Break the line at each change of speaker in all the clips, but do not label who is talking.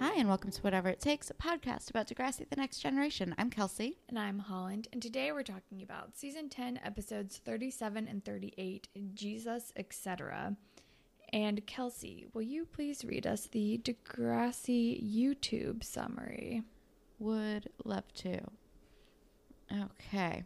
Hi, and welcome to Whatever It Takes, a podcast about Degrassi the Next Generation. I'm Kelsey.
And I'm Holland, and today we're talking about season 10, episodes 37 and 38, Jesus, etc. And Kelsey, will you please read us the Degrassi YouTube summary?
Would love to. Okay.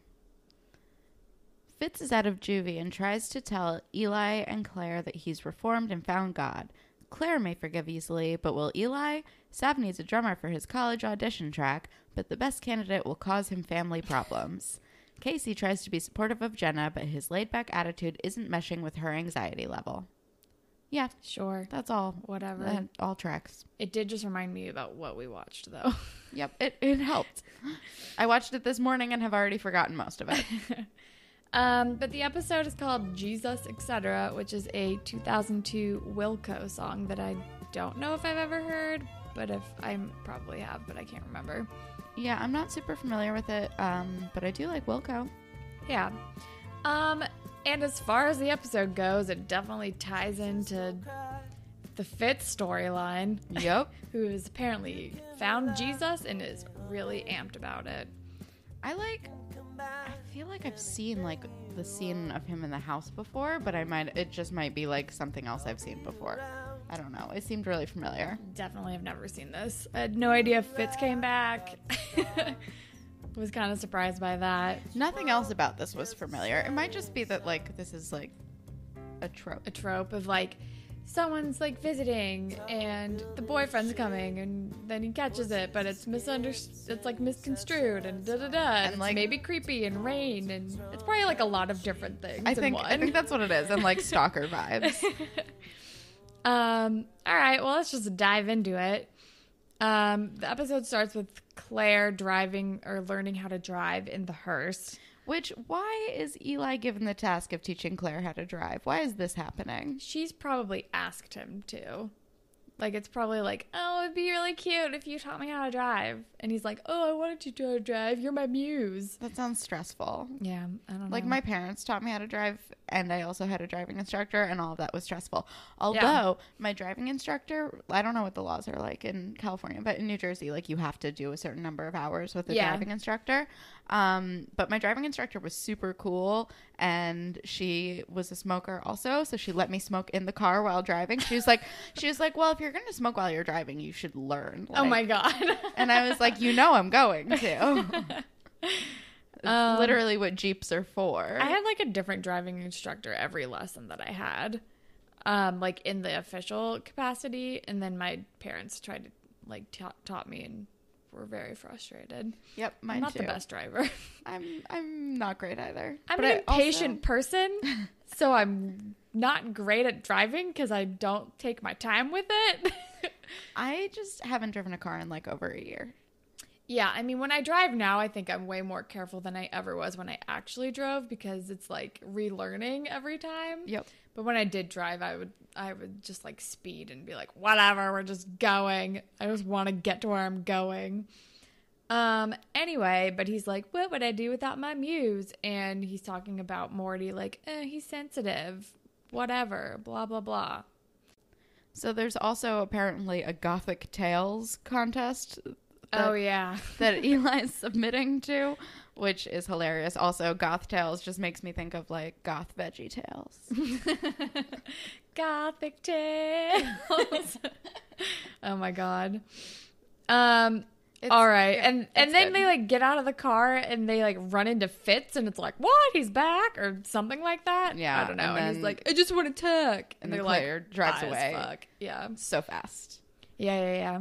Fitz is out of juvie and tries to tell Eli and Claire that he's reformed and found God. Claire may forgive easily, but will Eli? Sav needs a drummer for his college audition track, but the best candidate will cause him family problems. Casey tries to be supportive of Jenna, but his laid back attitude isn't meshing with her anxiety level. Yeah,
Sure.
that's all.
Whatever.
Uh, all tracks.
It did just remind me about what we watched, though.
Yep, it, it helped. I watched it this morning and have already forgotten most of it.
Um, but the episode is called Jesus, etc., which is a 2002 Wilco song that I don't know if I've ever heard, but if I probably have, but I can't remember.
yeah, I'm not super familiar with it, um, but I do like Wilco.
Yeah. Um, and as far as the episode goes, it definitely ties into the Fitz storyline,
Yep.
who has apparently found Jesus and is really amped about it.
I like. I feel like I've seen like the scene of him in the house before, but I might. It just might be like something else I've seen before. I don't know. It seemed really familiar.
Definitely have never seen this. I had no idea if Fitz came back. Was kind of surprised by that.
Nothing else about this was familiar. It might just be that like this is like a trope.
A trope of like someone's like visiting and the boyfriend's coming and then he catches it, but it's misunderstood. It's like misconstrued and da da da. And
like-
like maybe creepy and rain and it's probably like a lot of different things.
I think
In
I think
one.
that's what it is, and like stalker vibes.
Um, all right, well, let's just dive into it. Um, the episode starts with Claire driving or learning how to drive in the hearse.
Which, why is Eli given the task of teaching Claire how to drive? Why is this happening?
She's probably asked him to. Like, it's probably like, oh, it'd be really cute if you taught me how to drive. And he's like, oh, I wanted you to how to drive. You're my muse.
That sounds stressful.
Yeah, I don't
Like,
know.
my parents taught me how to drive, and I also had a driving instructor, and all of that was stressful. Although, my driving instructor, I don't know what the laws are like in California, but in New Jersey, like, you have to do a certain number of hours with a
Yeah.
driving instructor. Um, but my driving instructor was super cool, and she was a smoker also, so she let me smoke in the car while driving. She was like, she was like, well, if you're going to smoke while you're driving, you should learn.
oh,
Like,
my God.
and I was like, you know, I'm going to. It's
Um,
literally what Jeeps are for.
I had like a different driving instructor every lesson that I had, um, like in the official capacity, and then my parents tried to like ta- taught me and were very frustrated.
yep, mine
I'm not
too.
the best driver.
I'm I'm not great either.
I'm
But
an
I also-
impatient person, so I'm not great at driving because I don't take my time with it.
I just haven't driven a car in like over a year.
yeah, I mean, when I drive now, I think I'm way more careful than I ever was when I actually drove because it's like relearning every time.
Yep.
But when I did drive, I would I would just like speed and be like, whatever, we're just going. I just want to get to where I'm going. Um. Anyway, but he's like, what would I do without my muse? And he's talking about Morty, like, eh, he's sensitive, whatever, blah blah blah.
So there's also apparently a Gothic Tales contest that-
oh yeah,
that Eli's submitting to, which is hilarious. Also, Goth Tales just makes me think of like Goth Veggie Tales.
Gothic tales. oh my god. Um.
It's-
all right, and
it's
and then
good.
they like get out of the car and they like run into Fitz and it's like what he's back or something like that.
Yeah,
I don't know. And,
and
he's
then-
like, I just want to tuck.
And
they're
then
like,
Claire drives
"High as
away.
Fuck. Yeah,
So fast.
yeah, yeah, yeah.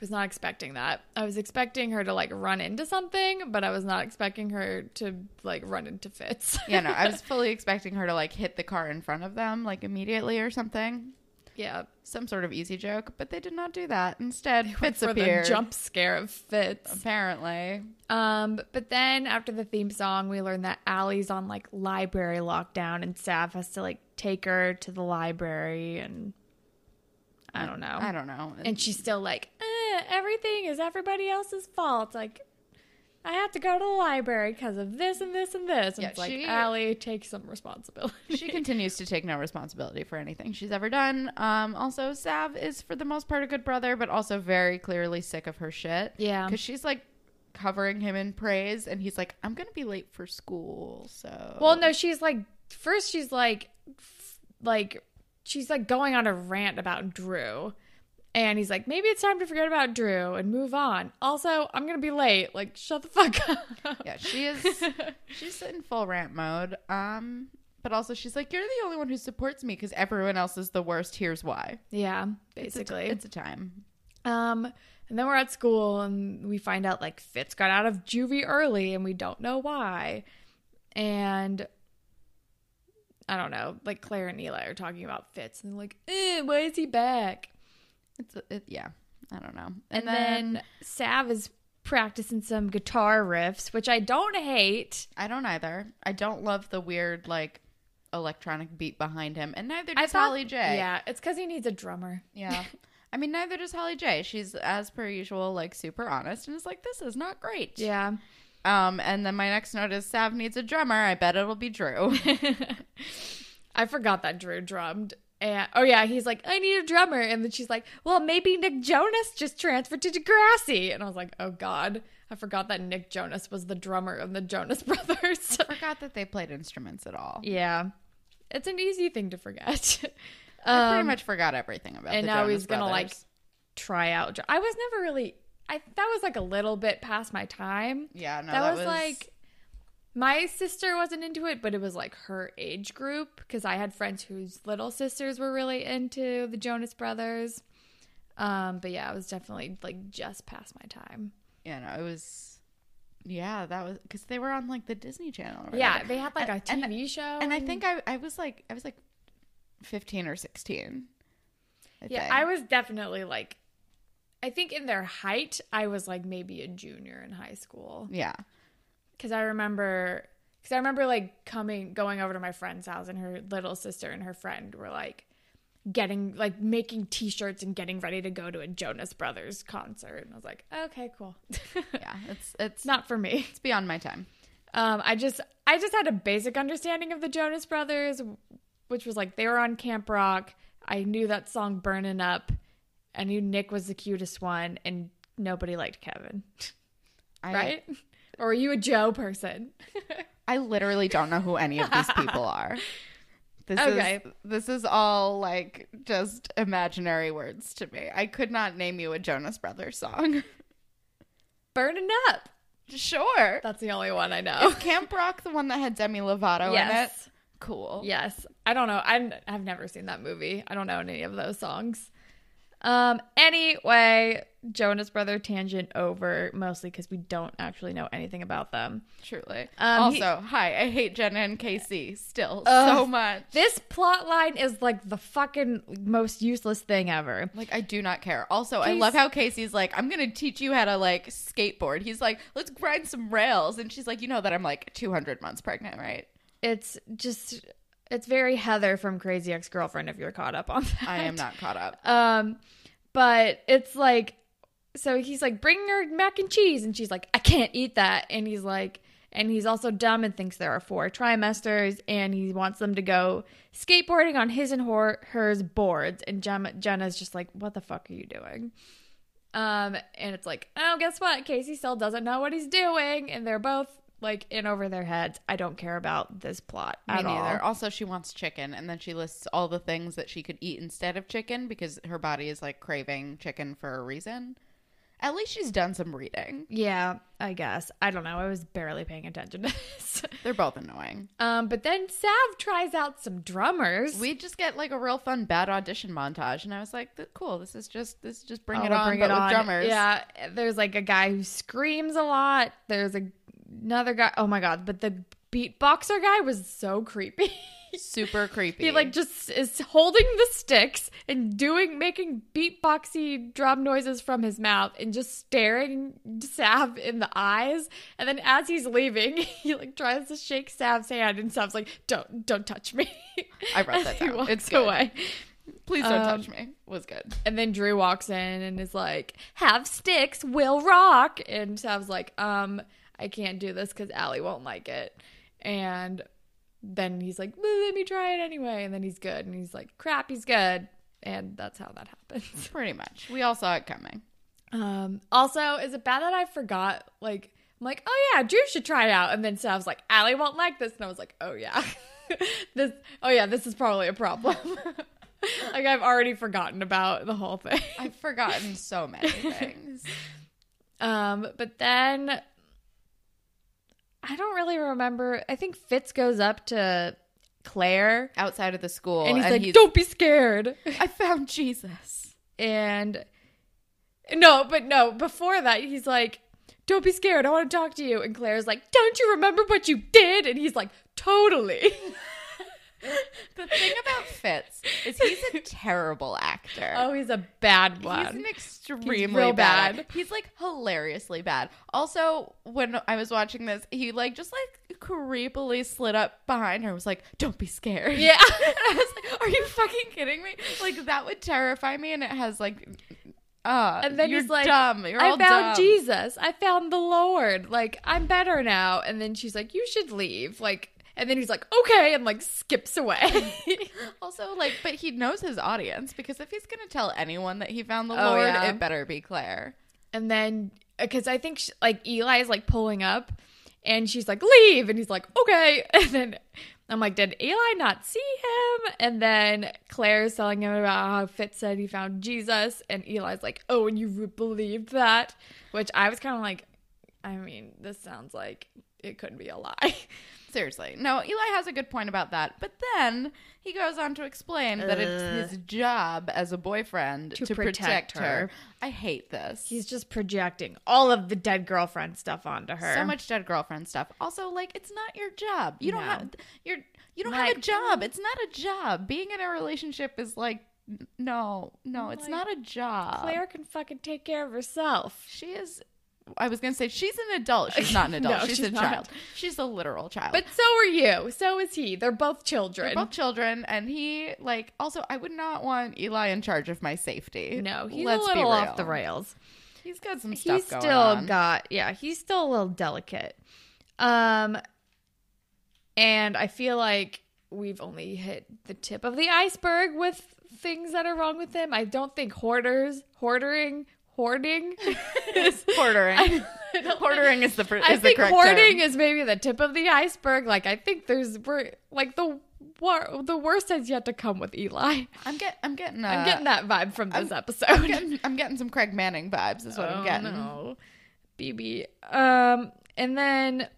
Was not expecting that. I was expecting her to like run into something, but I was not expecting her to like run into Fitz.
Yeah, no, I was fully expecting her to like hit the car in front of them like immediately or something.
Yeah.
some sort of easy joke, but they did not do that. Instead, Fitz
for
appeared.
the jump scare of Fitz.
Apparently,
Um, but then after the theme song, we learn that Allie's on like library lockdown, and Sav has to like take her to the library, and I don't know.
I don't know.
Oh. And she's still like, eh, everything is everybody else's fault. Like, I have to go to the library because of this and this and this. And
Yeah,
it's like,
she-
Allie, take some responsibility.
she continues to take no responsibility for anything she's ever done. Um, also, Sav is for the most part a good brother, but also very clearly sick of her shit.
Yeah.
because she's like covering him in praise, and he's like, "I'm gonna be late for school." So,
Well, no, she's like first she's like f- like she's like going on a rant about Drew. And he's like, maybe it's time to forget about Drew and move on. Also, I'm gonna be late. Like, shut the fuck up.
yeah, she is. she's in full rant mode. Um, but also she's like, "You're the only one who supports me because everyone else is the worst." Here's why.
yeah,
It's a t-
basically.
it's a time.
um, and then we're at school and we find out like Fitz got out of juvie early and we don't know why. And I don't know, like Claire and Eli are talking about Fitz and they're like, eh, why is he back?
It's a, it, yeah. I don't know.
And then, Sav is practicing some guitar riffs, which I don't hate.
I don't either. I don't love the weird like electronic beat behind him, and neither
I
does
thought-
Holly J.
Yeah, it's because he needs a drummer.
yeah. I mean, neither does Holly J. She's as per usual, like super honest, and is like, "This is not great."
Yeah.
Um, and then my next note is Sav needs a drummer. I bet it'll be Drew.
I forgot that Drew drummed. And oh yeah, he's like, I need a drummer. And then she's like, Well, maybe Nick Jonas just transferred to Degrassi. And I was like, Oh God. I forgot that Nick Jonas was the drummer of the Jonas brothers.
I forgot that they played instruments at all.
yeah. It's an easy thing to forget.
I pretty
Um,
much forgot everything about.
and
the
now
Jonas
he's gonna like
Brothers.
try out. dr- I was never really. I that was like a little bit past my time.
yeah, no,
that, was, like my sister wasn't into it, but it was like her age group because I had friends whose little sisters were really into the Jonas Brothers. Um, but yeah, it was definitely like just past my time.
you know, it was. Yeah, that was because they were on like the Disney Channel. Or
Yeah,
whatever.
they had um like a
And-
TV show,
and I think I, I was like I was like fifteen or sixteen. I
yeah,
think.
I was definitely like, I think in their height, I was like maybe a junior in high school.
yeah,
because I remember because I remember like coming going over to my friend's house and her little sister and her friend were like getting like making t-shirts and getting ready to go to a Jonas Brothers concert and I was like okay cool
yeah. It's it's
it's not for me
it's beyond my time.
um I just I just had a basic understanding of the Jonas Brothers which was like they were on Camp Rock I knew that song Burnin' Up I knew Nick was the cutest one and nobody liked Kevin
I,
right or were you a Joe person
I literally don't know who any of these people are. This
Okay.
is this is all like just imaginary words to me. I could not name you a Jonas Brothers song.
Burnin' Up
sure.
That's the only one I know.
Camp Rock, the one that had Demi Lovato in it.
yes.
Cool.
Yes. I don't know. I'm, I've never seen that movie. I don't know any of those songs. Um. Anyway, Jonas Brother tangent over, mostly because we don't actually know anything about them.
Truly.
Um, he-
also, hi, I hate Jenna and Casey still so
Ugh.
much.
This plot line is like the fucking most useless thing ever.
Like I do not care. Also, I
Case-
love how Casey's like, "I'm gonna teach you how to like skateboard." He's like, "Let's grind some rails," and she's like, "You know that I'm like 200 months pregnant, right?"
It's just, it's very Heather from Crazy Ex Girlfriend. If you're caught up on that,
I am not caught up.
Um, but it's like, so he's like, bring her mac and cheese, and she's like, I can't eat that, and he's like, and he's also dumb and thinks there are four trimesters, and he wants them to go skateboarding on his and her, hers boards, and Jem- Jenna's just like, what the fuck are you doing? Um, and it's like, oh, guess what? Casey still doesn't know what he's doing, and they're both like in over their heads. I don't care about this plot
Me
at
neither.
all.
Also, she wants chicken, and then she lists all the things that she could eat instead of chicken because her body is like craving chicken for a reason. At least she's done some reading.
Yeah, I guess. I don't know. I was barely paying attention to this.
They're both annoying.
Um, but then Sav tries out some drummers.
We just get like a real fun bad audition montage, and I was like, "Th- "Cool, this is just this is just bring
Oh,
it
we'll
on, but with drummers."
Yeah, there's like a guy who screams a lot. There's a, another guy. Oh my god! But the beatboxer guy was so creepy.
Super creepy.
He like just is holding the sticks and doing making beatboxy drum noises from his mouth and just staring Sav in the eyes. And then as he's leaving, he like tries to shake Sav's hand and Sav's like, "Don't don't touch me."
I wrote that
And he
down.
walks
It's good.
away.
please don't
um,
touch me. Was good.
And then Drew walks in and is like, "Have sticks, will rock." And Sav's like, "Um, I can't do this because Allie won't like it." And then he's like, "Well, "Let me try it anyway." And then he's good, and he's like, "Crap, he's good." And that's how that happens.
Pretty much. We all saw it coming.
Um, also, is it bad that I forgot? Like, I'm like, "Oh yeah, Drew should try it out." And then Sav's like, "Allie won't like this," and I was like, "Oh yeah, this. Oh yeah, this is probably a problem." like I've already forgotten about the whole thing.
I've forgotten so many things.
Um, but then I don't really remember. I think Fitz goes up to Claire
Outside of the school.
and he's like, "Don't be scared."
I found Jesus.
And no, but no, before that he's like, "Don't be scared. I want to talk to you." And Claire's like, "Don't you remember what you did?" And he's like, "Totally."
The thing about Fitz is he's a terrible actor.
oh, he's a bad one.
He's an extremely
real
bad.
bad.
act- He's like hilariously bad. Also, when I was watching this, he like just like creepily slid up behind her and was like, "Don't be scared."
yeah.
And I was like, "Are you fucking kidding me? Like that would terrify me." And it has like, uh,
And then
you're
he's like,
"Dumb, you're
I
all dumb.
found Jesus. I found the Lord. Like, I'm better now. And then she's like, You should leave. Like, and then he's like, Okay, and like skips away.
Also, like, but he knows his audience because if he's gonna tell anyone that he found the
Oh,
Lord,
yeah.
it better be Claire.
and then, because I think she, like Eli is like pulling up and she's like, Leave. And he's like, Okay. And then I'm like, Did Eli not see him? And then Claire's telling him about how Fitz said he found Jesus. And Eli's like, Oh, and you believed that? Which I was kind of like, I mean, this sounds like it could be a lie.
Seriously. No, Eli has a good point about that. But then he goes on to explain that it's his job as a boyfriend to, protect,
protect
her.
her.
I hate this.
He's just projecting all of the dead girlfriend stuff onto her.
so much dead girlfriend stuff. Also, like it's not your job. You don't
No.
have you're you don't have a
Like-
job. It's not a job. Being in a relationship is like n- no, no, it's
Like,
not a job.
Oh Claire can fucking take care of herself.
She is I was gonna say she's an adult. She's not an adult.
No,
she's,
she's
a
not.
child. She's a literal child.
But so are you. So is he. They're both children.
They're both children, and he like also I would not want Eli in charge of my safety.
no, he's
Let's
a
be
little
real.
off the rails.
He's got some stuff
He's
going
still
on.
got yeah, he's still a little delicate. Um and I feel like we've only hit the tip of the iceberg with things that are wrong with him. I don't think hoarders, hoardering, hoarding is
hoarding. hoarding is the pr- is
I
the
think
correct
hoarding
term.
is maybe the tip of the iceberg. Like I think there's we're, like the war, the worst has yet to come with Eli.
I'm get I'm getting uh,
I'm getting that vibe from this episode.
I'm getting I'm getting some Craig Manning vibes. Is what I'm getting.
Oh, No. BB. Um, and then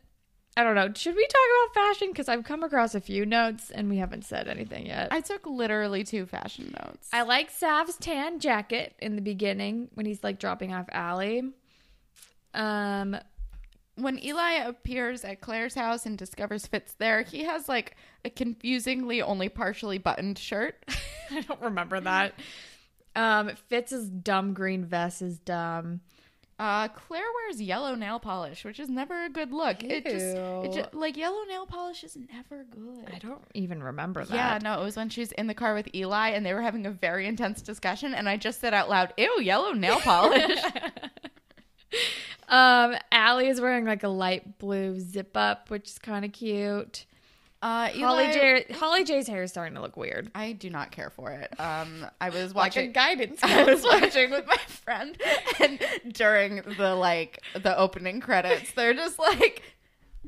I don't know. Should we talk about fashion? Because I've come across a few notes and we haven't said anything yet. I,
I took literally two fashion notes.
like Sav's tan jacket in the beginning when he's like dropping off Allie. Um,
when Eli appears at Claire's house and discovers Fitz there, he has like a confusingly only partially buttoned shirt.
I don't remember that. Um, Fitz's dumb green vest is dumb.
Uh, Claire wears yellow nail polish, which is never a good look. It just, it
Ew.
just like yellow nail polish is never good.
I don't even remember that.
Yeah, no, it was when she was in the car with Eli and they were having a very intense discussion, and I just said out loud, "Ew, yellow nail polish."
Um, Allie is wearing like a light blue zip up, which is kind of cute.
uh, Eli,
Holly, J- Holly J's hair is starting to look weird.
I do not care for it. Um, I was
Watching
watching.
guidance.
I was watching with my friend, and during the like the opening credits, they're just like,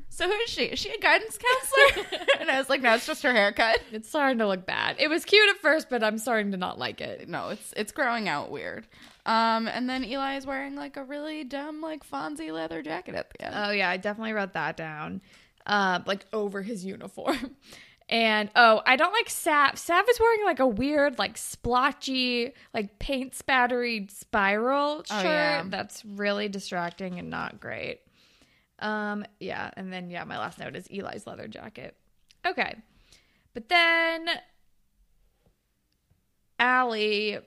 "So who is she? Is she a guidance counselor?" and I was like, "No, it's just her haircut."
It's starting to look bad. It was cute at first, but I'm starting to not like it.
no, it's it's growing out weird. Um, and then Eli is wearing like a really dumb like Fonzie leather jacket at the end.
Oh yeah, I definitely wrote that down. Uh, like over his uniform. And oh, I don't like Sav. Sav is wearing like a weird, like splotchy, like paint spattery spiral shirt.
Oh, yeah.
That's really distracting and not great. Um, yeah, and then yeah, my last note is Eli's leather jacket. Okay. But then Allie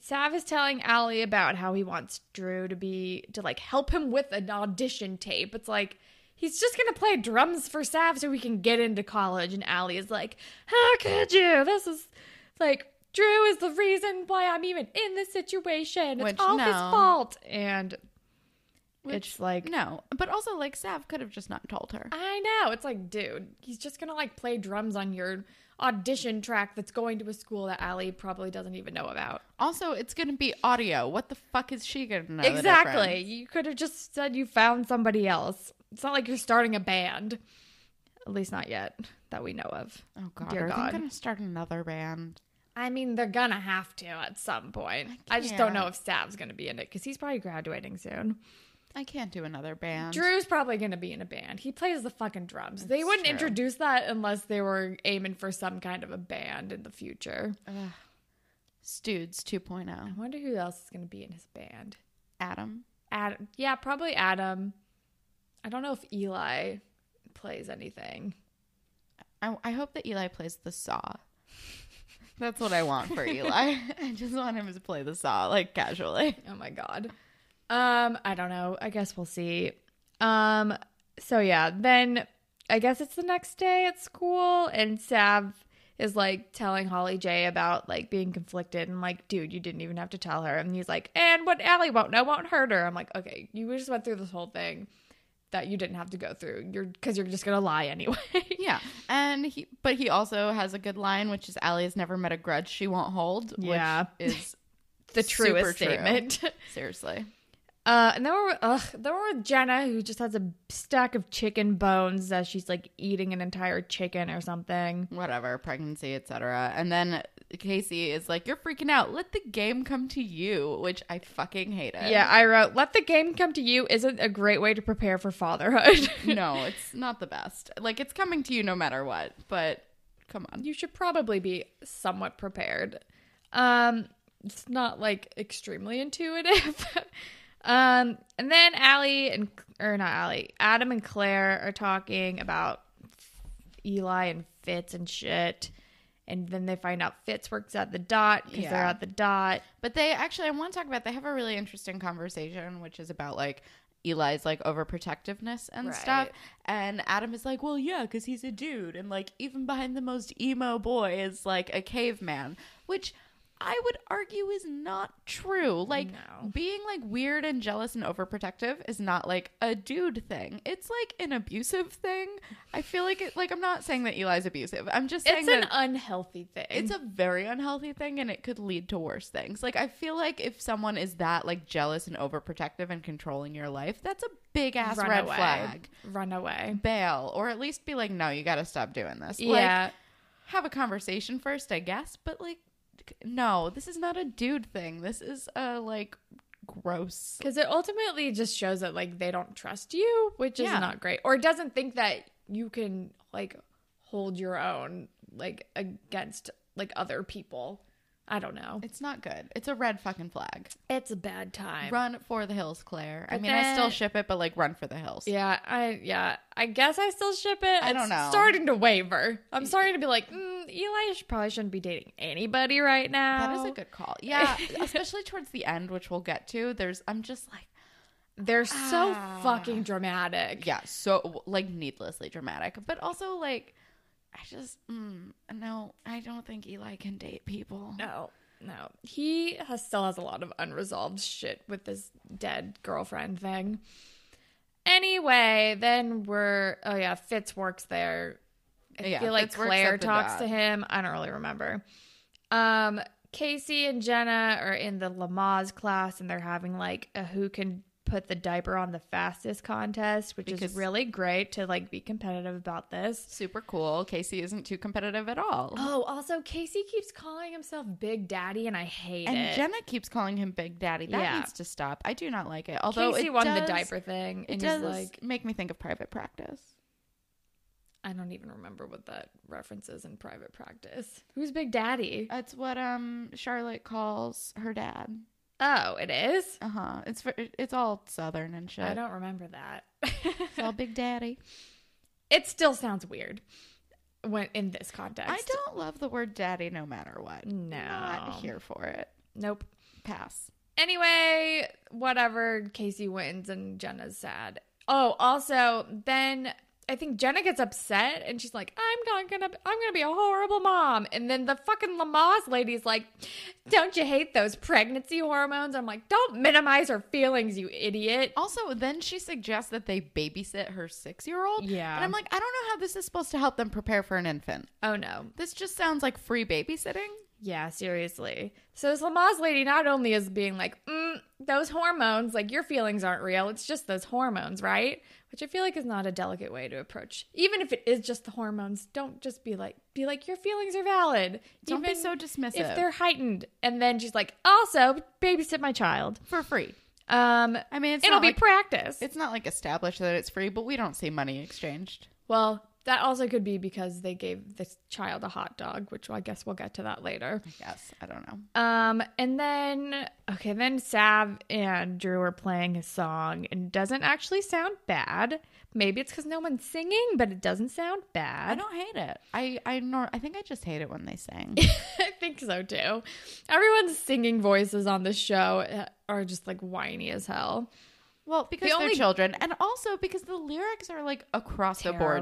Sav is telling Allie about how he wants Drew to be to like help him with an audition tape. It's like he's just gonna play drums for Sav so he can get into college. And Allie is like, How could you? This is like Drew is the reason why I'm even in this situation. It's
Which,
all his
no.
fault. And
Which,
it's like
No, but also like Sav could have just not told her.
I know. It's like, dude, he's just gonna like play drums on your audition track that's going to a school that Allie probably doesn't even know about.
Also, it's gonna be audio. What the fuck is she gonna know? the
exactly.
difference?
You could have just said you found somebody else. It's not like you're starting a band. At least not yet that we know of.
Oh god,
Dear
are
God.
they gonna start another band?
I mean, they're gonna have to at some point. I, just don't know
can't.
if Sav's gonna be in it because he's probably graduating soon.
I can't do another band.
Drew's probably gonna be in a band. He plays the fucking drums. they
It's
wouldn't
true.
introduce that unless they were aiming for some kind of a band in the future.
Ugh. Studes 2.0.
I wonder who else is going to be in his band.
Adam.
Adam, yeah, probably Adam. I don't know if Eli plays anything.
I, I hope that Eli plays the saw. That's what I want for Eli. I just want him to play the saw like casually.
Oh my god. Um, I don't know. I guess we'll see. Um, so yeah, then I guess it's the next day at school, and Sav is like telling Holly J about like being conflicted and like, dude, you didn't even have to tell her. And he's like, and what Allie won't know won't hurt her. I'm like, okay, you just went through this whole thing that you didn't have to go through. You're because you're just gonna lie anyway.
Yeah, and he but he also has a good line, which is Allie has never met a grudge she won't hold.
Yeah.
which is
the
Super
truest
true.
statement.
seriously.
Uh, and then we're ugh, then we're with Jenna, who just has a stack of chicken bones as she's like eating an entire chicken or something.
whatever pregnancy etc and then casey is like you're freaking out let the game come to you which i fucking hate it
Yeah, I wrote, "Let the game come to you" isn't a great way to prepare for fatherhood.
no it's not the best like it's coming to you no matter what but come on
you should probably be somewhat prepared. Um, it's not like extremely intuitive. um, and then Allie and or not Allie, Adam and Claire are talking about Eli and Fitz and shit. And then they find out Fitz works at the dot because they're
Yeah.
at the dot.
but they actually i want to talk about they have a really interesting conversation which is about like eli's like overprotectiveness and stuff
Right.
and adam is like well yeah because he's a dude and like even behind the most emo boy is like a caveman which i would argue is not true like
No.
being like weird and jealous and overprotective is not like a dude thing it's like an abusive thing i feel like it like i'm not saying that eli's abusive i'm just saying
It's
that
an unhealthy thing.
it's a very unhealthy thing and it could lead to worse things. Like I feel like if someone is that like jealous and overprotective and controlling your life, that's a big ass red
away.
flag.
Run away.
Bail or at least be like no, you got to stop doing this. Like
yeah.
have a conversation first, I guess, but like no, this is not a dude thing. This is a like gross.
Because it ultimately just shows that like they don't trust you, which is
Yeah.
not great, or doesn't think that you can like hold your own like against like other people. I don't know.
It's not good. It's a red fucking flag.
It's a bad time.
Run for the hills, Claire. I
But
mean, I still
then-
ship it, but like run for the hills.
Yeah, I yeah. I guess I still ship it.
I don't
It's
know.
Starting to waver. I'm starting to be like, mm, Eli sh- probably shouldn't be dating anybody right now.
That is a good call. Yeah, especially towards the end, which we'll get to. There's, I'm just like,
They're so
Ah.
fucking dramatic.
yeah, so like needlessly dramatic, but also like, I just, mm, no, I don't think Eli can date people.
No, no. He has, still has a lot of unresolved shit with this dead girlfriend thing. Anyway, then we're oh yeah, Fitz works there. I
Yeah,
feel like
Fitz works
Claire
at the
talks to
dot.
him. I don't really remember. Um, Casey and Jenna are in the Lamaze class, and they're having like a who can put the diaper on the fastest contest, which
Because-
is really great to like be competitive about this.
Super cool. Casey isn't too competitive at all.
Oh, also Casey keeps calling himself Big Daddy, and I hate
and
it.
Jenna keeps calling him Big Daddy. That
Yeah.
needs to stop. I do not like it. Although
Although Casey
it
won the
does-
diaper thing,
It
and
does
he's like,
make me think of private practice.
I don't even remember what that reference is in private practice. Who's Big Daddy?
That's what um Charlotte calls her dad.
Oh, it is.
Uh huh. It's ver- it's all southern and shit.
I don't remember that.
It's all Big Daddy.
it still sounds weird. when in this context.
I don't love the word daddy no matter what.
No.
Not here for it.
Nope.
Pass.
Anyway, whatever. Casey wins and Jenna's sad. Oh, also, then I think Jenna gets upset and she's like, "I'm not gonna, I'm gonna be a horrible mom." And then the fucking Lamaze lady's like, "Don't you hate those pregnancy hormones?" I'm like, "Don't minimize her feelings, you idiot."
Also, then she suggests that they babysit her six year old.
Yeah.
And I'm like, I don't know how this is supposed to help them prepare for an infant.
Oh no,
This just sounds like free babysitting.
Yeah, seriously. So this Lamaze lady not only is being like, mm, those hormones, like your feelings aren't real, it's just those hormones, right? Which I feel like is not a delicate way to approach. Even if it is just the hormones, don't just be like, be like, your feelings are valid.
Don't be
even
so dismissive.
If they're heightened. And then she's like, also babysit my child.
for free.
Um,
I mean, it's
it'll
not
be
like-
practice.
It's not like established that it's free, but we don't see money exchanged.
well, that also could be because they gave this child a hot dog, which I guess we'll get to that later.
Yes, I don't know.
Um, and then okay, then Sav and Drew are playing a song and it doesn't actually sound bad. Maybe it's because no one's singing, but it doesn't sound
I
bad.
don't hate it. I I nor- I think I just hate it when they sang.
I think so too. Everyone's singing voices on this show uh, are just like whiny as hell.
Well, because
The
they're
only-
children, and also because the lyrics are like across the board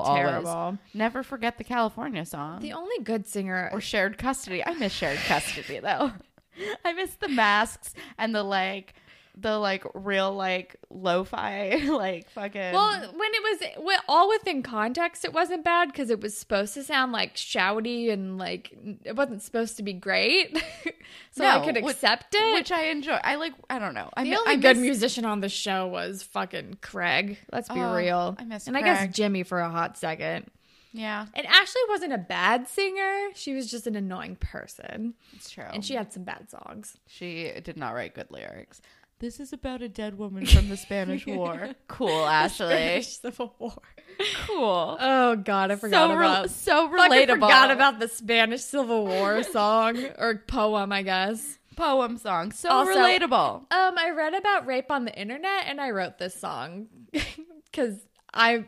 terrible. Always,
terrible.
never forget the California song
The only good singer,
or shared custody. I miss shared custody though. I miss the masks and the like, the like real like lo-fi like fucking.
well, when it was well, all within context, it wasn't bad because it was supposed to sound like shouty and like it wasn't supposed to be great, so I
No,
could
which-
accept it.
which I enjoy. I like. I don't know. I
The
mi-
only
I
good
miss-
musician on the show was fucking Craig. Let's be
Oh,
real.
I miss
and I guess
Craig.
Jimmy for a hot second.
Yeah,
And Ashley wasn't a bad singer. She was just an annoying person,
it's true.
and she had some bad songs.
She did not write good lyrics. This is about a dead woman from the Spanish War. Cool, Ashley.
Spanish Civil War.
Cool.
Oh God, I forgot
so re-
about.
so
Fucking
relatable.
forgot about the Spanish Civil War song or poem, I guess.
poem song. So
Also-
relatable.
Um, I read about rape on the internet, and I wrote this song because I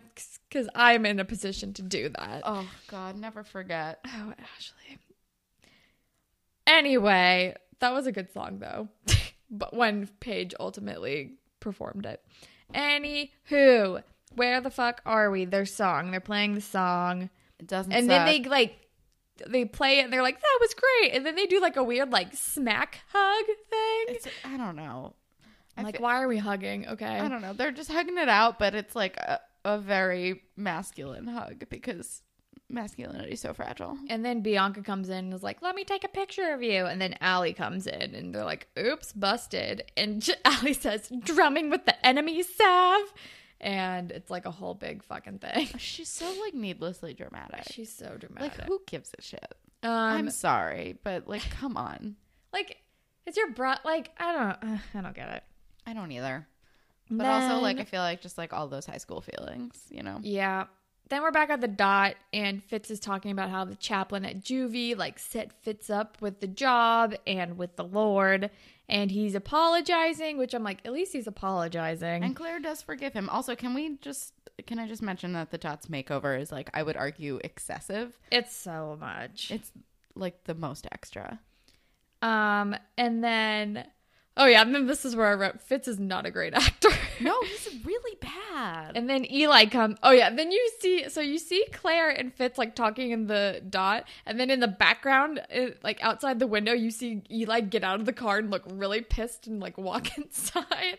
because I'm in a position to do that.
Oh God, never forget.
Oh, Ashley. Anyway, that was a good song though. but when Paige ultimately performed it. Anywho, where the fuck are we? Their song. They're playing the song.
It doesn't.
And then they like they play it and they're like, that was great. And then they do like a weird like smack hug thing.
It's, I don't know. I
I'm like,
fe-
why are we hugging? Okay.
I don't know. They're just hugging it out, but it's like a, a very masculine hug because masculinity is so fragile.
And then Bianca comes in and is like, let me take a picture of you. And then Allie comes in and they're like, oops, busted. And J- Allie says, drumming with the enemy, Sav. And it's like a whole big fucking thing.
She's so like needlessly dramatic.
She's so dramatic.
like who gives a shit?
um,
I'm sorry, but like, come on.
like, it's your bro. Like, I don't, uh, I don't get it.
I don't either. But
Then-
also, like, I feel like just like all those high school feelings, you know?
Yeah. Then we're back at the dot, and Fitz is talking about how the chaplain at Juvie like set Fitz up with the job and with the Lord, and he's apologizing, which I'm like, at least he's apologizing.
And Claire does forgive him. Also, can we just, can I just mention that the Dot's makeover is like, I would argue, excessive?
It's so much.
It's like the most extra.
Um, and then, oh yeah, and then this is where I wrote Fitz is not a great actor.
No, he's really bad.
And then Eli come. Oh yeah, then you see. So you see Claire and Fitz like talking in the dot, and then in the background, it, like outside the window, you see Eli get out of the car and look really pissed and like walk inside.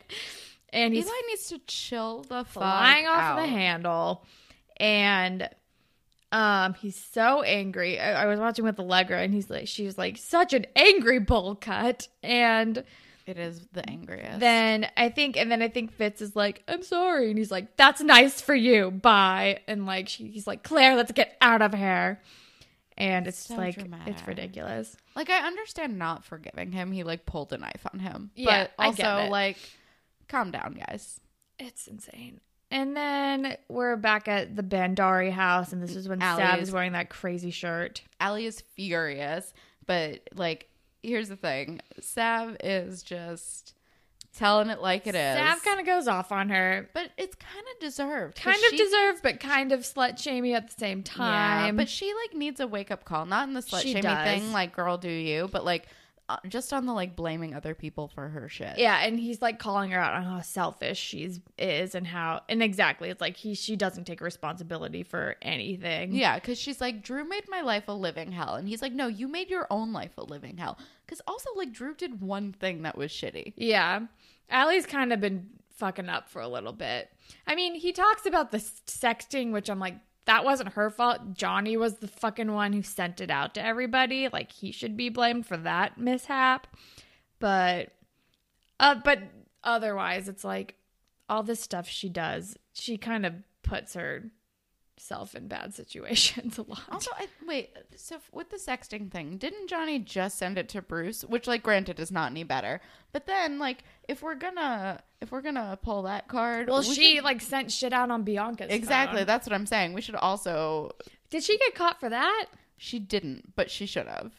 And he's
Eli needs to chill the fuck
flying off
out.
the handle and um he's so angry I, I was watching with allegra and he's like she was like such an angry bowl cut and
It is the angriest.
then i think and then i think fitz is like i'm sorry and he's like that's nice for you bye and like she, he's like claire let's get out of here and it's
So
like it's
dramatic.
ridiculous
like, I understand not forgiving him. He like pulled a knife on him.
Yeah,
but
I
also,
get it.
like, calm down, guys.
it's insane and then we're back at the bandari house and this is when
Allie
sav
is-
is wearing that crazy shirt
Allie is furious, but like, here's the thing Sav is just telling it like it is.
Sav kind of goes off on her.
but it's kind of deserved. 'cause
Kind
she-
of deserved, but kind of slut shamey at the same time.
Yeah, but she like needs a wake up call, not in the slut
She
shaming
does.
thing, like girl, do you? But like uh, just on the like blaming other people for her shit.
Yeah, and he's like calling her out on how selfish she's is and how and exactly it's like he she doesn't take responsibility for anything.
Yeah, because she's like, Drew made my life a living hell. And he's like, no, you made your own life a living hell. Because also, like, Drew did one thing that was shitty.
Yeah. Allie's kind of been fucking up for a little bit. I mean, he talks about the s- sexting, which I'm like, that wasn't her fault. Johnny was the fucking one who sent it out to everybody. Like, he should be blamed for that mishap. But, uh, but otherwise, it's like all this stuff she does, she kind of puts herself in bad situations a lot.
Also, I, wait, so f- with the sexting thing, didn't Johnny just send it to Bruce? Which, like, granted, is not any better. But then, like, if we're gonna, if we're gonna pull that card,
well,
we
she
should-
like sent shit out on Bianca's
exactly.
phone.
That's what I'm saying. We should also
Did she get caught for that?
She didn't, but she should have.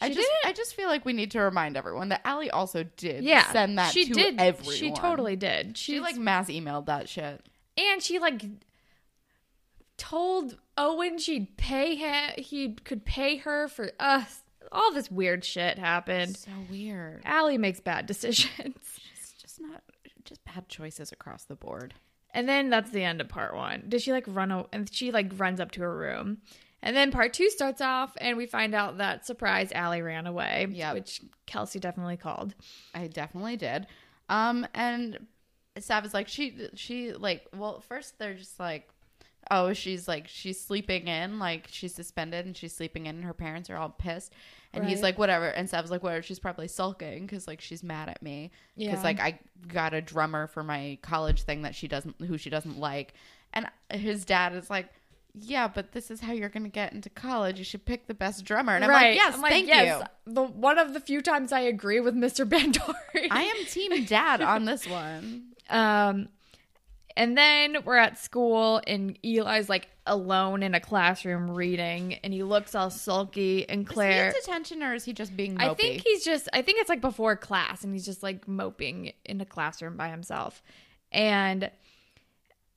I
She
just
didn't?
I just feel like we need to remind everyone that Allie also did
yeah
send that
she
to
did
everyone.
she totally did
she like mass emailed that shit.
and she like told owen she'd pay him he could pay her for us all this weird shit happened
So weird.
Allie makes bad decisions
It's just not just bad choices across the board.
and then that's the end of part one did she like run o- and she like runs up to her room and then part two starts off and we find out that surprise Allie ran away
Yep.
which kelsey definitely called
I definitely did. Um and Sav is like she she like well first they're just like oh she's like she's sleeping in like she's suspended and she's sleeping in and her parents are all pissed and he's
Right.
like whatever and Sav's like whatever she's probably sulking cuz like she's mad at me cuz
Yeah.
like I got a drummer for my college thing that she doesn't who she doesn't like and his dad is like yeah, but this is how you're going to get into college. You should pick the best drummer. And I'm like, yes, thank you.
the one of the few times i agree with mr bandori
I am team dad on this one.
Um, and then we're at school, and Eli's like alone in a classroom reading, and he looks all sulky. And Claire,
Is he in detention or is he just being mopey?
I think he's just, I think it's like before class, and he's just like moping in a classroom by himself. And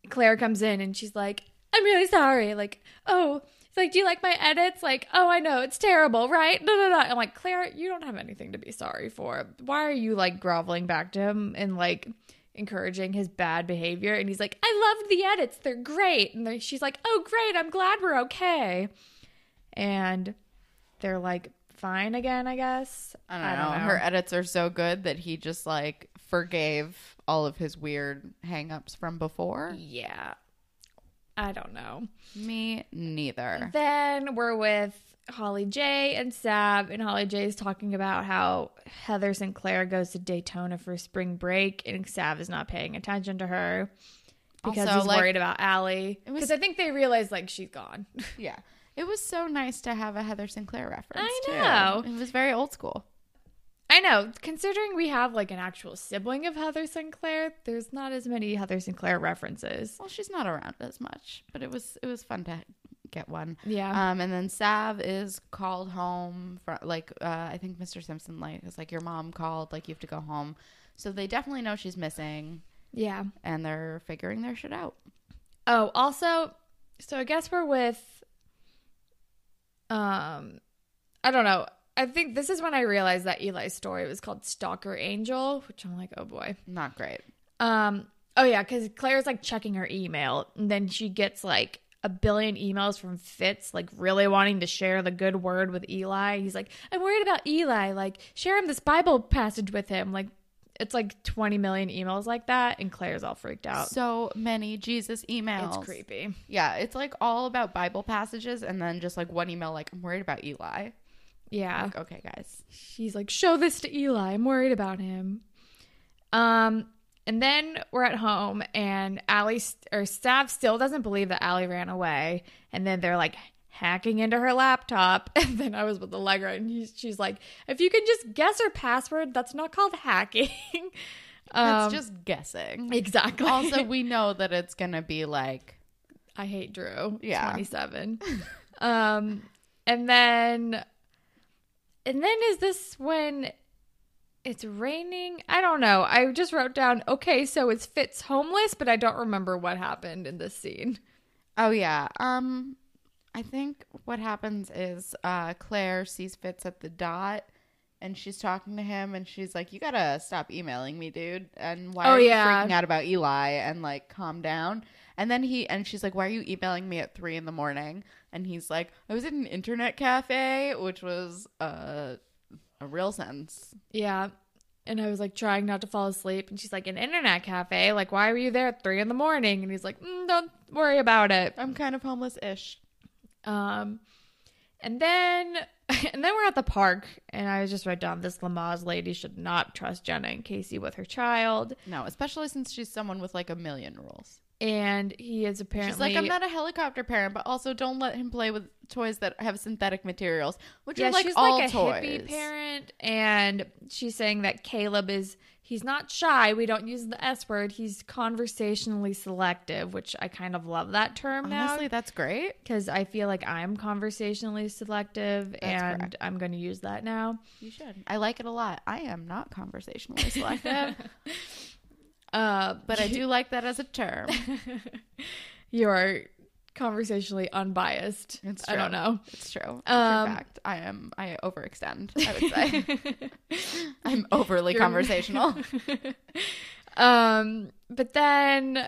Claire comes in, and she's like, "I'm really sorry." Like, oh. it's Like, do you like my edits? Like, oh, I know it's terrible, right? No, no, no. I'm like, Claire, you don't have anything to be sorry for. Why are you like groveling back to him and like encouraging his bad behavior? And he's like, I loved the edits; they're great. And they- she's like, oh, great, I'm glad we're okay. And they're like, fine again, I guess.
I don't, know. Her edits are so good that he just like forgave all of his weird hangups from before.
yeah, I don't know.
Me neither.
Then we're with Holly J and Sab, and Holly J is talking about how Heather Sinclair goes to Daytona for spring break, and Sab is not paying attention to her because
Also,
he's
like-
worried about Allie.
It was-
Because I think they realize like she's gone.
Yeah. It was so nice to have a Heather Sinclair reference.
I
too.
know.
It was very old school.
I know. Considering we have like an actual sibling of Heather Sinclair, there's not as many Heather Sinclair references.
Well, she's not around as much, but it was it was fun to get one.
Yeah.
Um, and then Sav is called home for like uh, I think Mr. Simpson like is like your mom called like you have to go home, so they definitely know she's missing
Yeah.
and they're figuring their shit out.
Oh, also, so I guess we're with um I don't know. I think this is when I realized that Eli's story was called Stalker Angel, which I'm like, oh boy.
Not great.
Um oh yeah, cuz Claire's like checking her email and then she gets like a billion emails from Fitz like really wanting to share the good word with Eli. He's like, "I'm worried about Eli. Like, share him this Bible passage with him." Like it's like 20 million emails like that and Claire's all freaked out.
So many Jesus emails.
it's creepy.
Yeah, it's like all about Bible passages and then just like one email like I'm worried about Eli.
Yeah.
Like, okay, guys.
she's like, "Show this to Eli. I'm worried about him." Um, and then we're at home, and Allie st- or Stav still doesn't believe that Allie ran away. And then they're like hacking into her laptop. And then I was with Allegra, and he, she's like, "If you can just guess her password, that's not called hacking."
That's
Um,
just guessing.
exactly.
also, we know that it's going to be like
I hate Drew.
Yeah.
27. um and then and then is this when It's raining. I don't know. I just wrote down, okay, so it's Fitz homeless, but I don't remember what happened in this scene.
Oh yeah. Um I think what happens is uh Claire sees Fitz at the dot and she's talking to him and she's like, You gotta stop emailing me, dude. And why
Oh,
are you
yeah.
freaking out about Eli and like calm down? And then he and she's like, Why are you emailing me at three in the morning? And he's like, I was at an internet cafe, which was uh a real sentence.
Yeah. And I was like trying not to fall asleep. And she's like, an internet cafe. Like, why were you there at three in the morning? And he's like, mm, don't worry about it.
I'm kind of homeless ish.
Um, and then and then we're at the park, and I just wrote down this Lamaze lady should not trust Jenna and Casey with her child,
No, especially since she's someone with like a million rules.
and he is apparently
She's like, I'm not a helicopter parent, but also don't let him play with toys that have synthetic materials, which
yeah,
are like
she's
all
like a
toys.
hippie parent, and she's saying that Caleb is he's not shy. We don't use the S word. He's conversationally selective, which I kind of love that term now
Honestly, that's great.
because I feel like I'm conversationally selective, and
correct.
I'm going to use that now.
You should. I like it a lot. I am not conversationally selective,
Uh,
but I do like that as a term.
you're conversationally unbiased.
It's
I don't
true.
know.
It's true. It's
Um,
a fact. I am. I overextend. I would say I'm overly
You're-
conversational.
um, but then,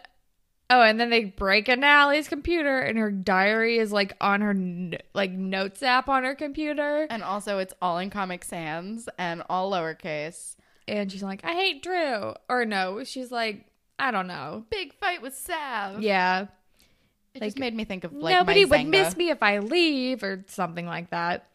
oh, and then they break into Allie's computer, and her diary is like on her n- like notes app on her computer,
and also, it's all in Comic Sans and all lowercase.
and she's like, "I hate Drew," or no, she's like, "I don't know."
Big fight with Sav.
Yeah,
it
like,
just made me think of like
nobody
my
would miss
Zanga.
me if I leave or something like that.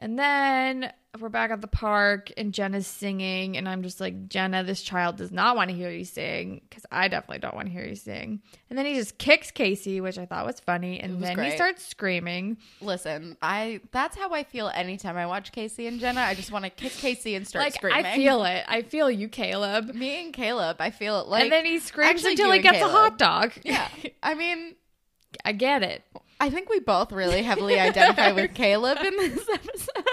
And then we're back at the park and Jenna's singing and I'm just like, Jenna, this child does not want to hear you sing because I definitely don't want to hear you sing. And then he just kicks Casey, which I thought was funny. And
was
then he
great.
starts screaming.
Listen, I that's how I feel anytime I watch Casey and Jenna. I just want to kick Casey and start
like
screaming.
I feel it. I feel you, Caleb.
me and Caleb. I feel it like
and then he screams
actually
until
you
he
and
gets a
Caleb.
hot dog.
yeah. I mean,
I get it.
I think we both really heavily identify with Caleb in this episode.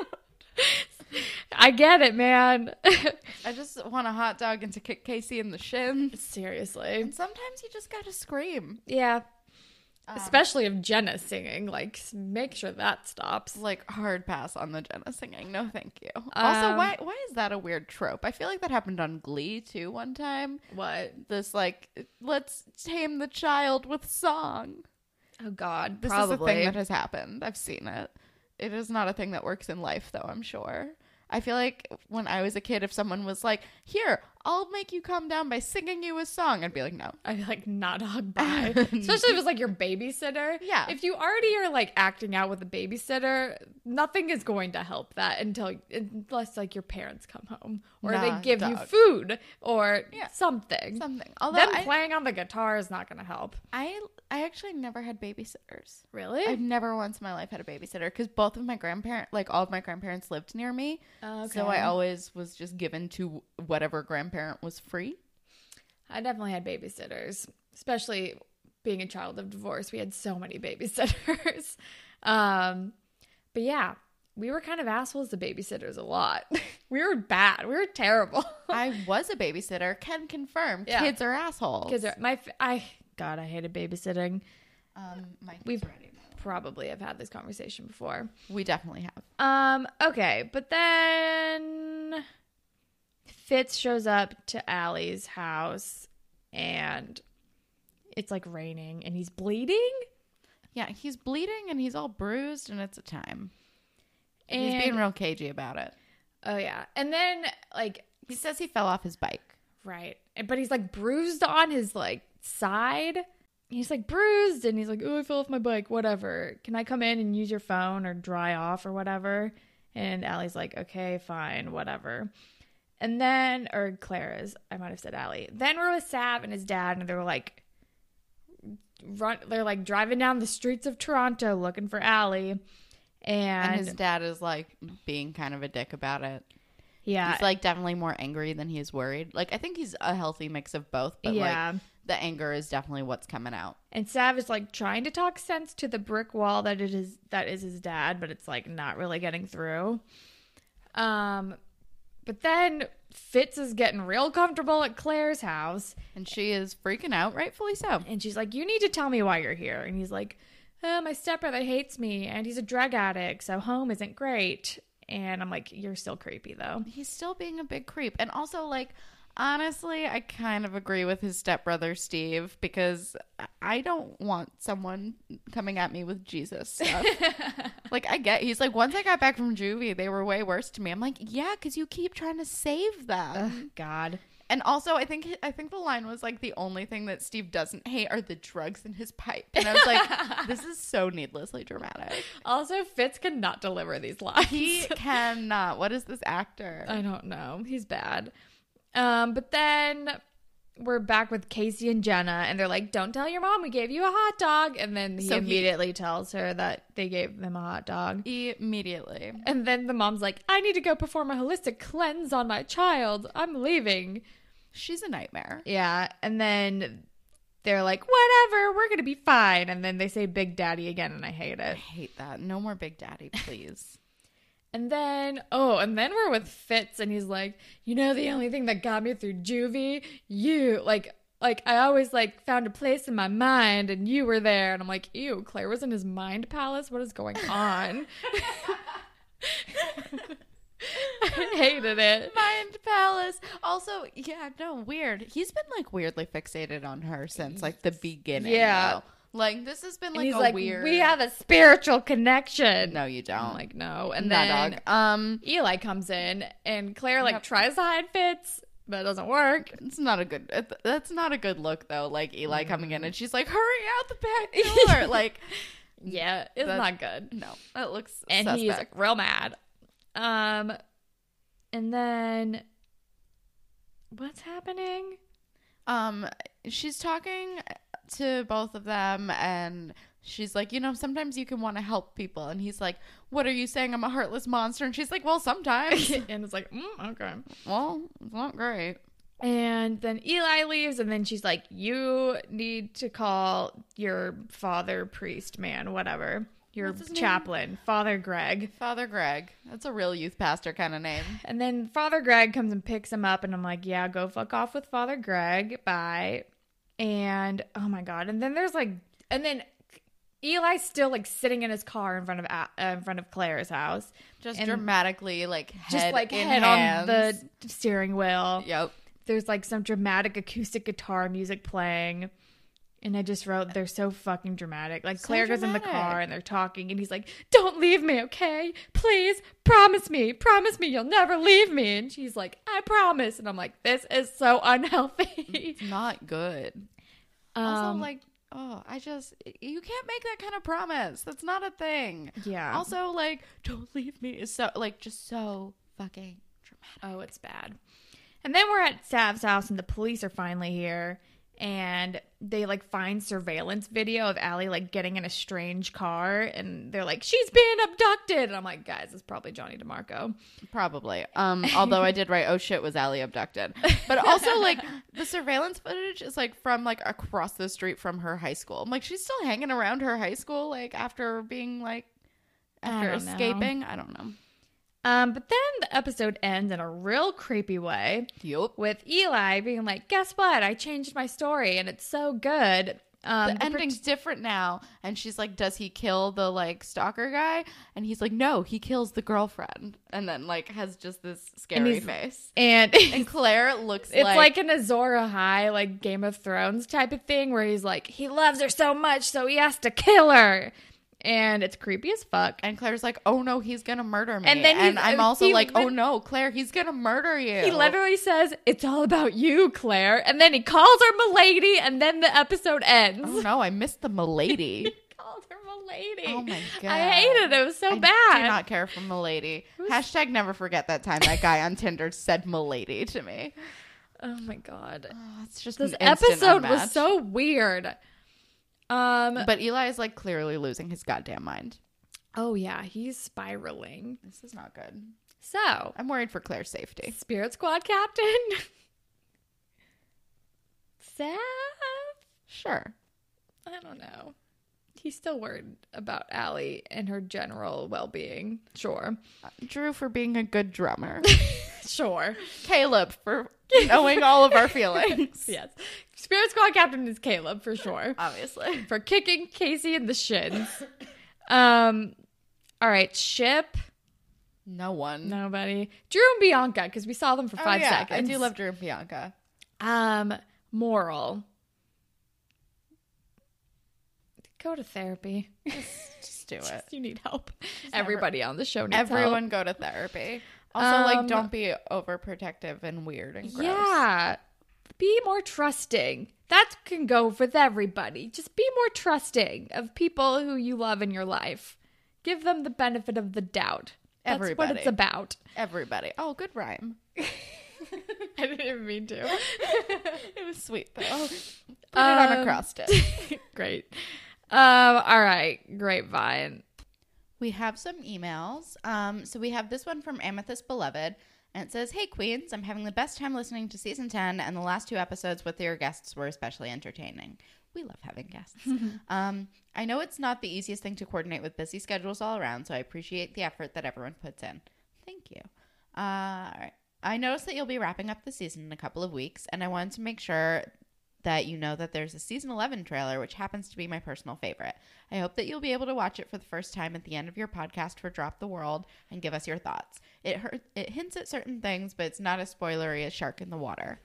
I get it, man.
I just want a hot dog and to kick Casey in the shins.
Seriously.
And sometimes you just gotta scream,
Yeah.
Um,
Especially if Jenna's singing, like s- make sure that stops.
Like hard pass on the Jenna singing. No, thank you. also,
Um,
why why is that a weird trope? I feel like that happened on Glee too one time.
What?
This like let's tame the child with song.
Oh God,
This
probably.
is a thing that has happened. I've seen it. It is not a thing that works in life, though, I'm sure. I feel like when I was a kid, if someone was like, Here, I'll make you calm down by singing you a song, I'd be like, No.
I feel like not hug by. Especially if it's like your babysitter.
Yeah.
If you already are like acting out with a babysitter, nothing is going to help that until unless like your parents come home or
Nah,
they give you
dog.
food or
Yeah.
something.
Something. Although
Them
I,
playing on the guitar is not going to help.
I, I actually never had babysitters.
Really?
I've never once in my life had a babysitter because both of my grandparents, like all of my grandparents, lived near me.
Oh,
So I always was just given to whatever grandparent was free.
I definitely had babysitters, especially being a child of divorce. We had so many babysitters. Um, but yeah, we were kind of assholes to babysitters a lot. we were bad. We were terrible.
I was a babysitter. Can confirm.
Yeah.
Kids are assholes.
Because my f- I God, I hated babysitting.
Um, my kids
We've-
are ready.
Probably have had this conversation before.
We definitely have.
Um, okay, but then Fitz shows up to Allie's house and it's like raining and he's bleeding.
Yeah, he's bleeding and he's all bruised, and it's a time.
And
he's being real cagey about it.
Oh yeah. And then like
He says he fell off his bike.
right. And- But he's like bruised on his like side. He's like bruised and he's like, "Oh, I fell off my bike, whatever. Can I come in and use your phone or dry off or whatever?" And Allie's like, "Okay, fine, whatever." And then or Clara's, I might have said Allie. Then we're with Sav and his dad and they're like run they're like driving down the streets of Toronto looking for Allie. And,
And his dad is like being kind of a dick about it.
yeah,
He's like definitely more angry than he is worried. Like I think he's a healthy mix of both, but
yeah.
like the anger is definitely what's coming out.
And Sav is like trying to talk sense to the brick wall that it is that is his dad, but it's like not really getting through. Um But then Fitz is getting real comfortable at Claire's house,
And she is freaking out, rightfully so.
and she's like, "You need to tell me why you're here." And he's like, oh, "My stepbrother hates me, and he's a drug addict, so home isn't great." And I'm like, "You're still creepy, though."
He's still being a big creep. And also, like, honestly, I kind of agree with his stepbrother, Steve, because I don't want someone coming at me with Jesus stuff. like, I get, he's like, once I got back from juvie, they were way worse to me. I'm like, yeah, because you keep trying to save them.
Ugh, God.
And also, I think I think the line was like the only thing that Steve doesn't hate are the drugs in his pipe, and I was like, this is so needlessly dramatic.
Also, Fitz cannot deliver these lines.
He cannot. What is this actor?
I don't know. He's bad. Um, but then we're back with Casey and Jenna, and they're like, "Don't tell your mom we gave you a hot dog." And then he
So he-
immediately tells her that they gave them a hot dog.
Immediately,
And then the mom's like, "I need to go perform a holistic cleanse on my child. I'm leaving."
she's a nightmare.
Yeah, and then they're like, "Whatever, we're gonna be fine." And then they say "Big Daddy" again, and I hate
I
it.
hate that. No more Big Daddy, please.
And then, oh, and then we're with Fitz, and he's like, you know, the only thing that got me through juvie, you, like, like I always like found a place in my mind, and you were there, and I'm like, ew, Claire was in his mind palace. What is going on? I hated it.
Mind Palace. Also, yeah, no, weird. He's been like weirdly fixated on her since like the beginning.
Yeah.
though. like this has been
And
like
he's
a
like,
weird.
we have a spiritual connection.
no, you don't.
I'm like, no. And
Nah,
then
dog. Um,
Eli comes in, and Claire like
Yep.
tries to hide Fitz, but it doesn't work.
It's not a good. it- That's not a good look though. Like Eli coming in and she's like, "Hurry out the back door!" like,
Yeah, it's
That-
not good.
no, that looks
and he's
suspect.
real mad. Um, and then what's happening?
um, she's talking to both of them, and she's like, "You know, sometimes you can want to help people," and he's like, "What are you saying? I'm a heartless monster?" And she's like, "Well, sometimes.
and it's like, mm, okay.
well, it's not great."
And then Eli leaves, and then she's like, "You need to call your father, priest man, whatever, your
What's his name?
chaplain, Father Greg."
Father Greg, that's a real youth pastor kind of name.
And then Father Greg comes and picks him up, and I'm like, "Yeah, go fuck off with Father Greg. Bye." And oh my god. And then there's like, and then Eli's still like sitting in his car in front of A- uh, in front of Claire's house,
Just
And-
dramatically, like head
just like
in
head
hands.
on the steering wheel.
Yep.
There's like some dramatic acoustic guitar music playing. And I just wrote, they're so fucking dramatic. Like
So
Claire goes in the
dramatic.
car and they're talking, and he's like, "Don't leave me, okay? Please, promise me, promise me, you'll never leave me." And she's like, "I promise." And I'm like, "This is so unhealthy." Um,
Not good. also, like, oh, I just, you can't make that kind of promise. That's not a thing.
yeah.
Also, like, don't leave me is so, like, just so fucking dramatic.
Oh, it's bad. And then we're at Sav's house, and the police are finally here, and they like find surveillance video of Allie like getting in a strange car, and they're like, "She's being abducted," and I'm like, "Guys, it's probably Johnny DeMarco."
Probably. Um, although I did write, oh shit, was Allie abducted? But also, like, the surveillance footage is, like, from, like, across the street from her high school. I'm like, she's still hanging around her high school, like, after being, like,
I
after
don't know.
escaping. I don't know.
Um, but then the episode ends in a real creepy way
Yup.
with Eli being like, "Guess what? I changed my story, and it's so good." Um,
the
the pro-
ending's different now and she's like does he kill the like stalker guy and he's like no he kills the girlfriend and then like has just this scary
he's-
face
and
and claire looks
It's
like,
like, an Azora High, like Game of Thrones type of thing, where he's like, he loves her so much, so he has to kill her, and it's creepy as fuck.
and claire's like oh no he's gonna murder me
And
and
then
then
he's-
i'm also
he
like
lit-
oh no claire he's gonna murder you
He literally says, "It's all about you, Claire," and then he calls her Milady, and then the episode ends.
oh no i missed the milady
Called her Milady.
Oh my
I
God.
hated it. It was so
I
bad.
do not care for milady
was-
hashtag never forget that time that guy on tinder said milady to me
oh my god,
oh, it's just
this
an instant
episode was
unmatch.
so weird. Um.
but eli is like clearly losing his goddamn mind
oh yeah, he's spiraling.
this is not good
So,
I'm worried for Claire's safety.
Spirit Squad Captain. Sav?
Sure.
I don't know. he's still worried about Allie and her general well being. Sure.
Drew for being a good drummer.
Sure.
Caleb for knowing all of our feelings.
yes. Spirit Squad Captain is Caleb for sure.
Obviously.
For kicking Casey in the shins. Um all right, ship.
No one.
Nobody. Drew and Bianca, because we saw them for
Oh,
five
yeah,
seconds.
I do love Drew and Bianca.
um moral. Go to therapy.
Just do it.
you need help. Everybody on the show needs
Everyone go to therapy. Also,
Um,
like, don't be overprotective and weird and
help.
gross.
Yeah. Be more trusting. That can go with everybody. Just be more trusting of people who you love in your life. Give them the benefit of the doubt. That's what
Everybody.
it's about.
Everybody. Oh, good rhyme.
I didn't mean to.
It was sweet though. Put it on
Um,
acrostic.
Great. Um, all right. Grapevine.
We have some emails. Um, so we have this one from Amethyst Beloved, and it says, "Hey Queens, I'm having the best time listening to season ten, and the last two episodes with your guests were especially entertaining. We love having guests. um, I know it's not the easiest thing to coordinate with busy schedules all around, so I appreciate the effort that everyone puts in. Thank you. Uh, all right. I noticed that you'll be wrapping up the season in a couple of weeks, and I wanted to make sure that you know that there's a season 11 trailer, which happens to be my personal favorite. I hope that you'll be able to watch it for the first time at the end of your podcast for Drop the World and give us your thoughts. It hurt, it hints at certain things, but it's not as spoilery as Shark in the Water.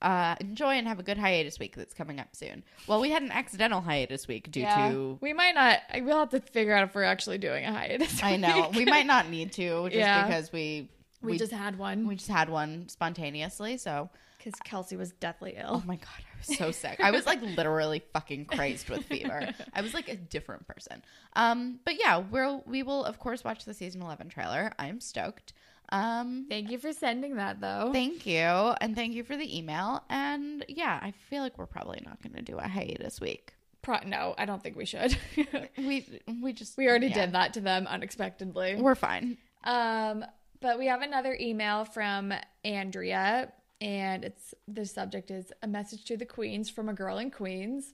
Uh, enjoy and have a good hiatus week that's coming up soon. Well, we had an accidental hiatus week due to.
We might not. I- We'll have to figure out if we're actually doing a hiatus.
I know we might not need to just
Yeah.
because we
We, just had one
we just had one spontaneously. So
because Kelsey was deathly
Oh
ill.
my god, I was so sick. I was like literally fucking crazed with fever. I was like a different person. Um, but yeah, we'll we will of course watch the season eleven trailer. I'm stoked. Um,
Thank you for sending that, though.
thank you, and thank you for the email. And yeah, I feel like we're probably not going to do a hiatus week.
Pro- no, I don't think we should.
We we just
we already
yeah.
did that to them unexpectedly.
We're fine.
Um, but we have another email from Andrea, and it's the subject is a message to the Queens from a girl in Queens.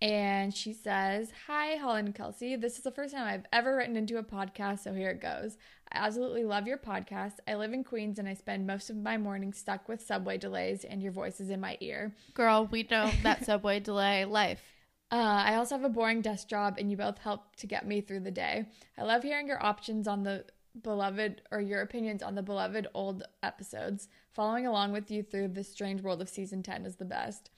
And she says, Hi, Holland and Kelsey. This is the first time I've ever written into a podcast, so here it goes. I absolutely love your podcast. I live in Queens and I spend most of my morning stuck with subway delays, and your voice is in my ear.
Girl, we know that subway delay life.
Uh, I also have a boring desk job, and you both help to get me through the day. I love hearing your options on the beloved or your opinions on the beloved old episodes. Following along with you through this strange world of season 10 is the best.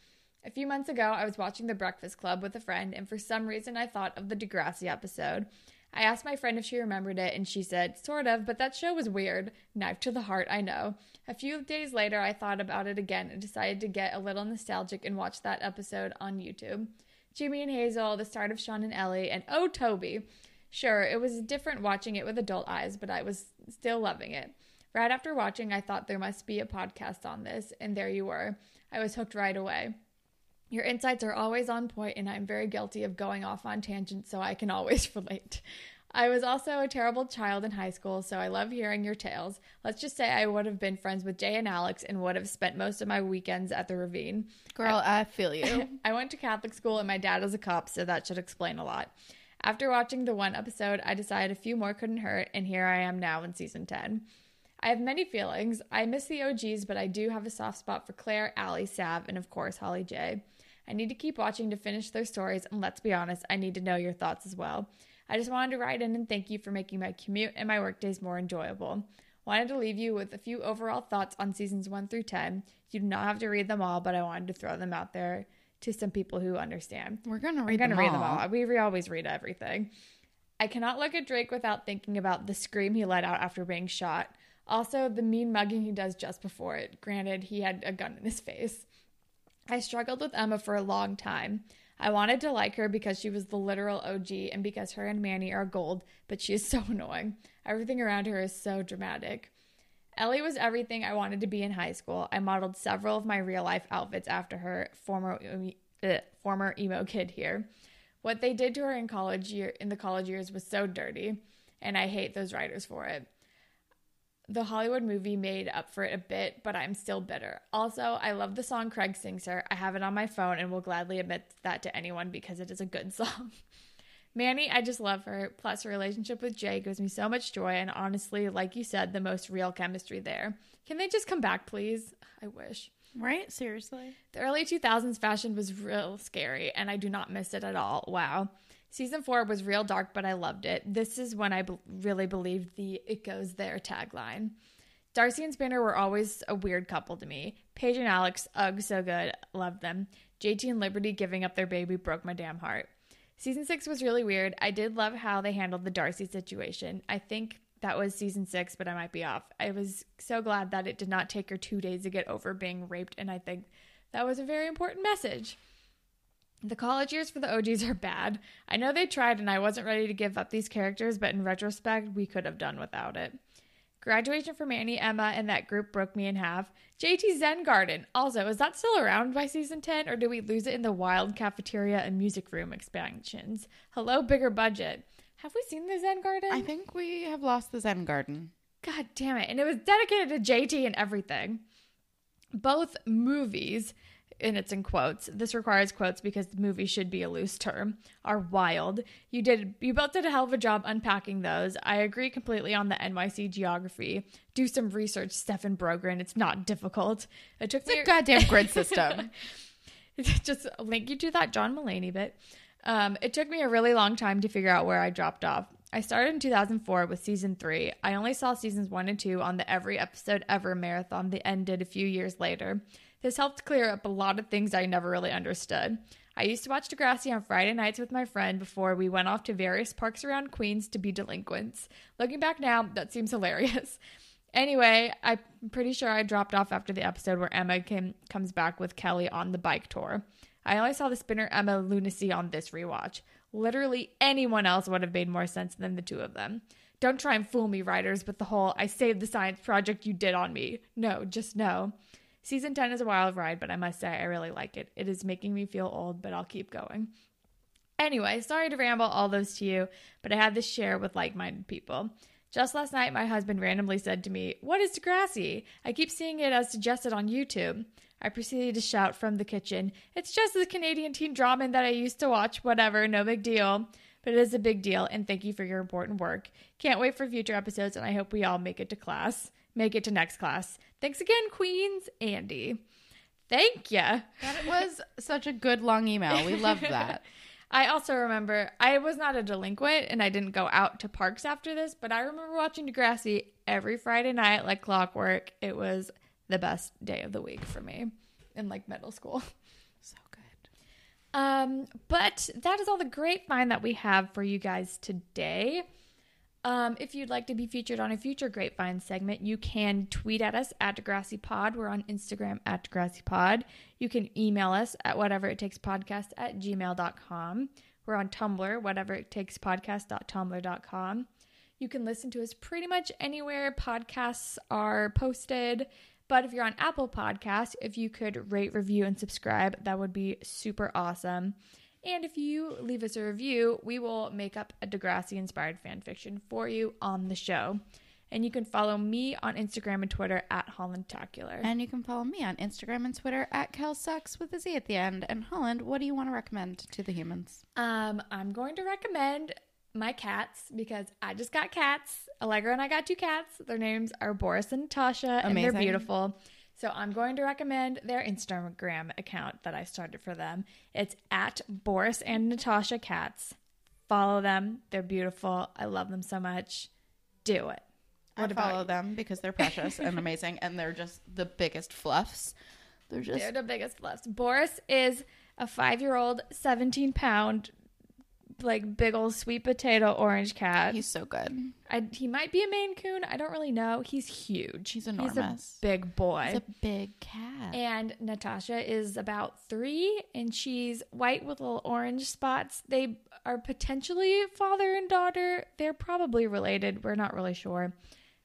A few months ago, I was watching The Breakfast Club with a friend, and for some reason, I thought of the Degrassi episode. I asked my friend if she remembered it, and she said, sort of, but that show was weird. Knife to the heart, I know. A few days later, I thought about it again and decided to get a little nostalgic and watch that episode on YouTube. Jimmy and Hazel, the start of Sean and Ellie, and oh, Toby. Sure, it was different watching it with adult eyes, but I was still loving it. Right after watching, I thought there must be a podcast on this, and there you were. I was hooked right away. Your insights are always on point, and I'm very guilty of going off on tangents, so I can always relate. I was also a terrible child in high school, so I love hearing your tales. Let's just say I would have been friends with Jay and Alex and would have spent most of my weekends at the ravine.
Girl, I feel you.
I went to Catholic school and my dad is a cop, so that should explain a lot. After watching the one episode, I decided a few more couldn't hurt, and here I am now in season 10. I have many feelings. I miss the OGs, but I do have a soft spot for Claire, Allie, Sav, and of course, Holly J. I need to keep watching to finish their stories, and let's be honest, I need to know your thoughts as well. I just wanted to write in and thank you for making my commute and my workdays more enjoyable. Wanted to leave you with a few overall thoughts on seasons 1 through 10. You do not have to read them all, but I wanted to throw them out there to some people who understand.
We're gonna
I'm
read,
gonna
them,
read
all.
them all. We re- always read everything. I cannot look at Drake without thinking about the scream he let out after being shot. Also, the mean mugging he does just before it. Granted, he had a gun in his face. I struggled with Emma for a long time. I wanted to like her because she was the literal OG and because her and Manny are gold, but she is so annoying. Everything around her is so dramatic. Ellie was everything I wanted to be in high school. I modeled several of my real life outfits after her former uh, former emo kid here. What they did to her in college year in the college years was so dirty, and I hate those writers for it. the Hollywood movie made up for it a bit, but I'm still bitter. Also, I love the song Craig sings her. I have it on my phone and will gladly admit that to anyone because it is a good song. Manny, I just love her. Plus, her relationship with Jay gives me so much joy, and honestly, like you said, the most real chemistry there. Can they just come back, please? I wish.
Right? Seriously?
The early 2000s fashion was real scary, and I do not miss it at all. Wow. Season four was real dark, but I loved it. This is when I be- really believed the It Goes There tagline. Darcy and Spanner were always a weird couple to me. Paige and Alex, ugh, so good. Loved them. JT and Liberty giving up their baby broke my damn heart. Season six was really weird. I did love how they handled the Darcy situation. I think that was season six, but I might be off. I was so glad that it did not take her two days to get over being raped, and I think that was a very important message. The college years for the OGs are bad. I know they tried, and I wasn't ready to give up these characters, but in retrospect, we could have done without it. Graduation from Annie, Emma, and that group broke me in half. JT Zen Garden. Also, is that still around by season 10, or do we lose it in the wild cafeteria and music room expansions? Hello, bigger budget. Have we seen the Zen Garden?
I think we have lost the Zen Garden.
God damn it. And it was dedicated to JT and everything. Both movies, and it's in quotes, this requires quotes because the movie should be a loose term, are wild. You did you both did a hell of a job unpacking those. I agree completely on the NYC geography. Do some research, Stefan Brogren. It's not difficult. It took me
It's a goddamn grid system.
just link you to that John Mulaney bit. Um, it took me a really long time to figure out where I dropped off. I started in 2004 with season three. I only saw seasons one and two on the Every Episode Ever marathon that ended a few years later. This helped clear up a lot of things I never really understood. I used to watch Degrassi on Friday nights with my friend before we went off to various parks around Queens to be delinquents. Looking back now, that seems hilarious. Anyway, I'm pretty sure I dropped off after the episode where Emma came, comes back with Kelly on the bike tour. I only saw the spinner Emma lunacy on this rewatch. Literally anyone else would have made more sense than the two of them. Don't try and fool me, writers, with the whole I saved the science project you did on me. No, just no. Season 10 is a wild ride, but I must say I really like it. It is making me feel old, but I'll keep going. Anyway, sorry to ramble all those to you, but I had to share with like minded people. Just last night, my husband randomly said to me, What is Degrassi? I keep seeing it as suggested on YouTube. I proceeded to shout from the kitchen, It's just the Canadian teen drama that I used to watch, whatever, no big deal. But it is a big deal, and thank you for your important work. Can't wait for future episodes, and I hope we all make it to class. Make it to next class. Thanks again, Queens, Andy. Thank ya.
That was such a good long email. We love that.
I also remember I was not a delinquent and I didn't go out to parks after this, but I remember watching Degrassi every Friday night like clockwork. It was the best day of the week for me in like middle school.
So good.
Um, but that is all the grapevine that we have for you guys today. Um, if you'd like to be featured on a future grapevine segment, you can tweet at us at Degrassi Pod. We're on Instagram at Degrassi Pod. You can email us at whatever it takes podcast at gmail.com. We're on Tumblr, whatever it takes podcast.tumblr.com. You can listen to us pretty much anywhere podcasts are posted. But if you're on Apple Podcasts, if you could rate, review, and subscribe, that would be super awesome. And if you leave us a review, we will make up a Degrassi inspired fan fiction for you on the show. And you can follow me on Instagram and Twitter at HollandTacular.
And you can follow me on Instagram and Twitter at CalSucks with a Z at the end. And Holland, what do you want to recommend to the humans?
Um, I'm going to recommend my cats because I just got cats. Allegra and I got two cats. Their names are Boris and Tasha, and they're
Amazing.
beautiful. So I'm going to recommend their Instagram account that I started for them. It's at Boris and Natasha Cats. Follow them. They're beautiful. I love them so much. Do it.
I follow them because they're precious and amazing, and they're just the biggest fluffs. They're just
They're the biggest fluffs. Boris is a five-year-old, 17-pound, like big old sweet potato orange cat.
he's so good.
I, he might be a Maine Coon. I don't really know. He's huge.
He's
He's
enormous.
a big boy.
He's a big cat.
and Natasha is about three, and she's white with little orange spots. They are potentially father and daughter. They're probably related. We're not really sure.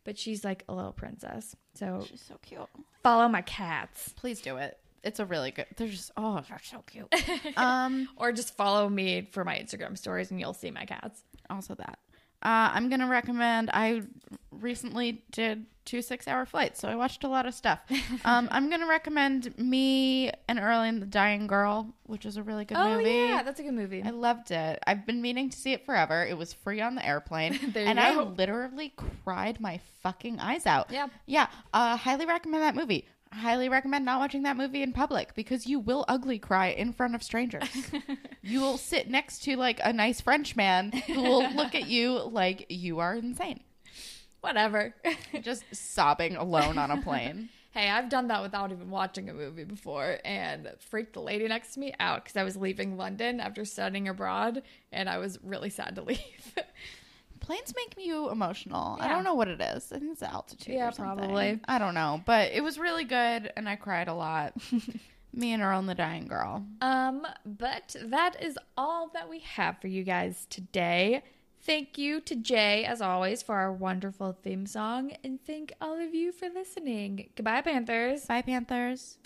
But she's like a little princess. So
She's so cute.
follow my cats.
Please do it. It's a really good. They're just oh, they're so cute. um,
Or just follow me for my Instagram stories and you'll see my cats.
also that. Uh, I'm gonna recommend. I recently did two six hour flights, so I watched a lot of stuff. Um, I'm gonna recommend me and Early and the Dying Girl, which is a really good
Oh
movie.
yeah, that's a good movie.
I loved it. I've been meaning to see it forever. It was free on the airplane,
There you
and I
go.
literally cried my fucking eyes out.
Yeah.
yeah. Uh, highly recommend that movie. Highly recommend not watching that movie in public because you will ugly cry in front of strangers. you will sit next to like a nice French man who will look at you like you are insane,
Whatever.
just sobbing alone on a plane.
Hey, I've done that without even watching a movie before and freaked the lady next to me out because I was leaving London after studying abroad and I was really sad to leave.
Planes make you emotional. I
Yeah.
don't know what it is. I think it's the altitude.
Yeah,
or something.
probably.
I don't know, but it was really good, and I cried a lot. Me and Earl and the Dying Girl.
um, but that is all that we have for you guys today. Thank you to Jay, as always, for our wonderful theme song, and thank all of you for listening. Goodbye, Panthers.
Bye, Panthers.